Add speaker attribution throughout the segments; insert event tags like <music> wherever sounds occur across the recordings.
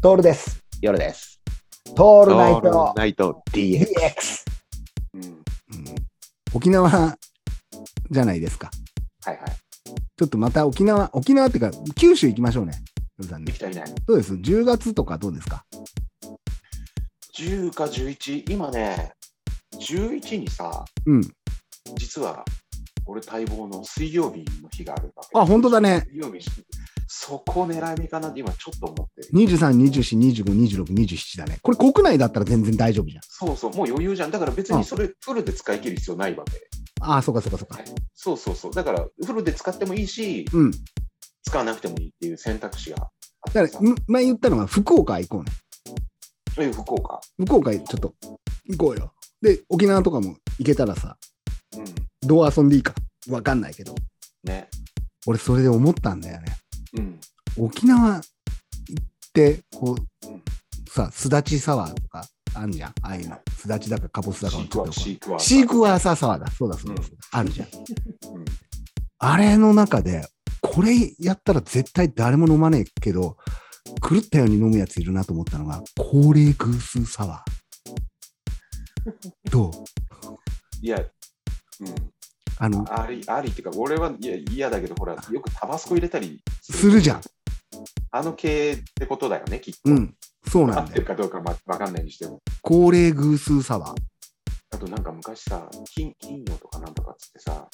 Speaker 1: トールです。
Speaker 2: 夜です。
Speaker 1: ト
Speaker 2: オ
Speaker 1: ールナイト
Speaker 2: ナイト DX。
Speaker 1: DX。
Speaker 2: うん
Speaker 1: うん沖縄じゃないですか。
Speaker 2: はいはい。
Speaker 1: ちょっとまた沖縄、沖縄っていうか、九州行きましょうね。夜さん
Speaker 2: 行
Speaker 1: ね
Speaker 2: きたいね。
Speaker 1: どうです ?10 月とかどうですか
Speaker 2: 10か11、今ね、11にさ、
Speaker 1: うん。
Speaker 2: 実は俺待望の水曜日の日があるわけ。
Speaker 1: あ本当だね。
Speaker 2: 水曜日、そこ狙い目かなって今ちょっと思ってる。
Speaker 1: 23、24、25、26、27だね。これ国内だったら全然大丈夫じゃん。
Speaker 2: そうそう、もう余裕じゃん。だから別にそれフルで使い切る必要ないわけ。
Speaker 1: ああ、そうかそうかそうか。
Speaker 2: そうそうそう。だからフルで使ってもいいし、
Speaker 1: うん。
Speaker 2: 使わなくてもいいっていう選択肢があっ
Speaker 1: だ
Speaker 2: て
Speaker 1: か
Speaker 2: さ
Speaker 1: ら、、む前言ったのは福岡行こうね。
Speaker 2: そういう福岡。
Speaker 1: 福岡ちょっと行こうよ。で、沖縄とかも行けたらさ、
Speaker 2: うん。
Speaker 1: どう遊んでいいかわかんないけど、
Speaker 2: ね。
Speaker 1: 俺それで思ったんだよね。
Speaker 2: うん。
Speaker 1: 沖縄行って、こう
Speaker 2: うん、
Speaker 1: さ、すだちサワーとかあんじゃん。ああいうの。すだちだかかぼすだか
Speaker 2: シ
Speaker 1: を
Speaker 2: ークワーシ
Speaker 1: シ
Speaker 2: ークワー
Speaker 1: ークワーサーサワーだ。そうだそうだそうだ。あるじゃん。
Speaker 2: うん
Speaker 1: あれの中で、これやったら絶対誰も飲まねえけど、狂ったように飲むやついるなと思ったのが、高齢グースサワ
Speaker 2: <laughs>
Speaker 1: ー。どう
Speaker 2: いや、うん、
Speaker 1: あの、
Speaker 2: あり、ありっていうか、俺はいや嫌だけど、ほら、よくタバスコ入れたり
Speaker 1: するじゃん。
Speaker 2: あの系ってことだよね、きっと。
Speaker 1: うん、そう
Speaker 2: 合
Speaker 1: なん
Speaker 2: っ
Speaker 1: だ
Speaker 2: てる
Speaker 1: よ。
Speaker 2: かどうかまわかんないにしても。
Speaker 1: 高齢偶数サワー。
Speaker 2: あと、なんか昔さ、金、金魚とかなんとかっつってさ、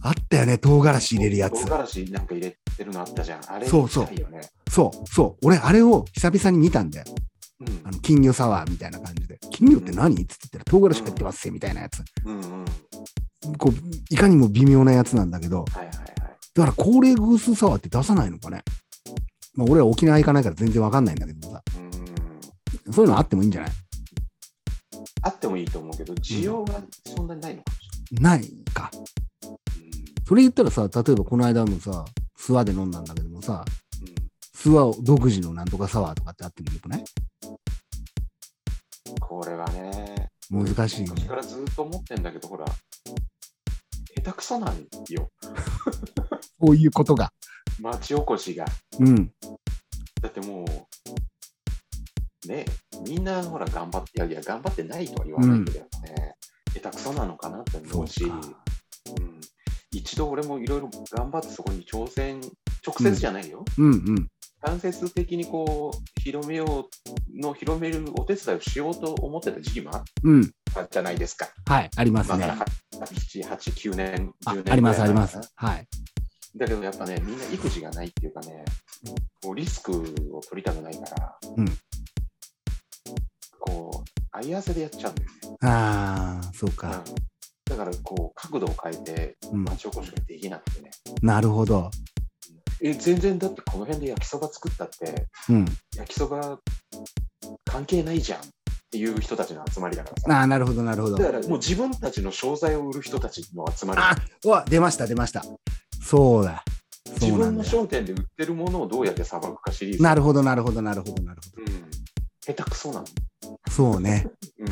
Speaker 1: あったよね、唐辛子入れるやつ
Speaker 2: 唐。辛子なんか入れてるのあったじゃん。あれ、
Speaker 1: そうそう
Speaker 2: 見たいよね。
Speaker 1: そう、そう。俺、あれを久々に見たんだよ。
Speaker 2: うん
Speaker 1: あの、金魚サワーみたいな感じで。金魚って何って言ったら、唐辛子入ってますぜみたいなやつ。
Speaker 2: うんうん。はい
Speaker 1: こう、いかにも微妙なやつなんだけど、
Speaker 2: はいはい。
Speaker 1: だから高齢偶数サワーって出さないのかね。まあ、俺は沖縄行かないから全然わかんないんだけどさ。
Speaker 2: うん。
Speaker 1: そういうのあってもいいんじゃない
Speaker 2: あってもいいと思うけど、需要がそんなにないのかもし
Speaker 1: ないか。
Speaker 2: れない。
Speaker 1: それ言ったらさ、例えばこの間もさ、諏訪で飲んだんだけどもさ、
Speaker 2: うん。うん
Speaker 1: 諏訪独自のなんとかサワーとかってあってもよくない
Speaker 2: これはね、
Speaker 1: 難しいよね
Speaker 2: 昔。からずっと思ってんだけど、ほら、下手くそなんよ。
Speaker 1: こういうことが。
Speaker 2: 町おこしが。
Speaker 1: うん。
Speaker 2: だってもう、ねえみんなほら頑張って、いやいや、頑張ってないとは言わないけどね、下手くそなのかなって思うし、うん、一度俺もいろいろ頑張ってそこに挑戦、直接じゃないよ、
Speaker 1: うんうん。
Speaker 2: 間接的にこう、広めようの、広めるお手伝いをしようと思ってた時期もあっ
Speaker 1: うん。
Speaker 2: たじゃないですか。
Speaker 1: はい。あります
Speaker 2: ま
Speaker 1: ね。
Speaker 2: だ7、8、9年、
Speaker 1: あ
Speaker 2: 10年
Speaker 1: あります、
Speaker 2: ぐ
Speaker 1: あ
Speaker 2: ら
Speaker 1: り
Speaker 2: い前
Speaker 1: ま
Speaker 2: か
Speaker 1: す
Speaker 2: な。
Speaker 1: はい。
Speaker 2: だけどやっぱね、みんな育児がないっていうかね、こうリスクを取りたくないから、
Speaker 1: うん
Speaker 2: こう、相合わせでやっちゃうんだよね。
Speaker 1: ああ、そうか。
Speaker 2: うんだから、こう、角度を変えて、
Speaker 1: うん、
Speaker 2: 町おこしができなくてね。
Speaker 1: なるほど。
Speaker 2: え、全然だってこの辺で焼きそば作ったって、
Speaker 1: うん。
Speaker 2: 焼きそば関係ないじゃんっていう人たちの集まりだからさ。
Speaker 1: ああ、なるほど、なるほど
Speaker 2: だ。からもう自分たちの商材を売る人たちの集まり
Speaker 1: あうわ、出ました、出ました。そうだ。そ
Speaker 2: 自
Speaker 1: うな
Speaker 2: 分
Speaker 1: ん
Speaker 2: の
Speaker 1: だよ。
Speaker 2: 商店で売ってるものをどうやってさばくかシリーズ。
Speaker 1: なるほど、なるほど、なるほど、なるほ
Speaker 2: うん、下手くそなの。
Speaker 1: ど。そうね。
Speaker 2: うん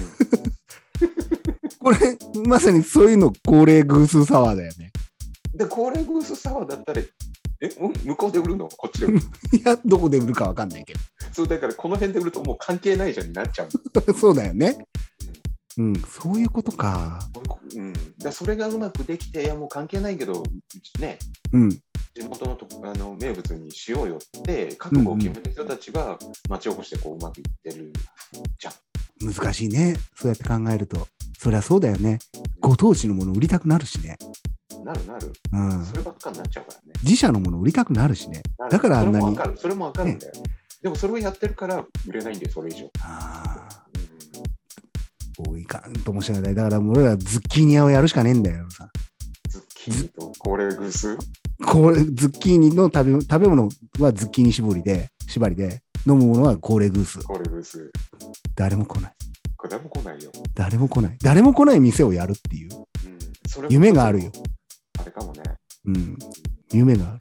Speaker 1: これ、まさにそういうの、高齢偶数サワーだよね。
Speaker 2: で、高齢グースサワーだったら、え、うん向こうで売るのこっち
Speaker 1: <laughs>
Speaker 2: で売るの
Speaker 1: いや、ど <laughs> こで売るかわかんないけ
Speaker 2: そうだから、この辺で売るともう関係ないじゃんになっちゃう。
Speaker 1: ど。そうだよね。うん、そういうことか。
Speaker 2: うん、だからそれがうまくできて、いや、もう関係ないけど、ね、
Speaker 1: うん、
Speaker 2: 地元のとあの名物にしようよって、覚悟を決めた人たちが町おこしでこううまくいってる。
Speaker 1: 難しいね。そうやって考えると。そりゃそうだよね。ご当地のもの売りたくなるしね。
Speaker 2: なるなる。
Speaker 1: うん。
Speaker 2: そればっかになっちゃうからね。
Speaker 1: 自社のもの売りたくなるしね。
Speaker 2: なる
Speaker 1: だからあんなに
Speaker 2: それもわかる。それもわかるんだよ。でもそれをやってるから売れないんだよ、それ以上。
Speaker 1: ああ、こういかんともしれない。だからもう俺らズッキーニ屋をやるしかねえんだよ。さ
Speaker 2: ズッキーニと高齢グース。
Speaker 1: これズッキーニの食べ食べ物はズッキーニ絞りで、縛りで、飲むものは高齢グース。
Speaker 2: 高齢グース。
Speaker 1: 誰も来ない。
Speaker 2: これ誰も来ないよ。
Speaker 1: 誰も来ない。誰も来ない店をやるっていう。
Speaker 2: うんそれ
Speaker 1: 夢があるよ。
Speaker 2: あれかもね。
Speaker 1: うん。夢がある。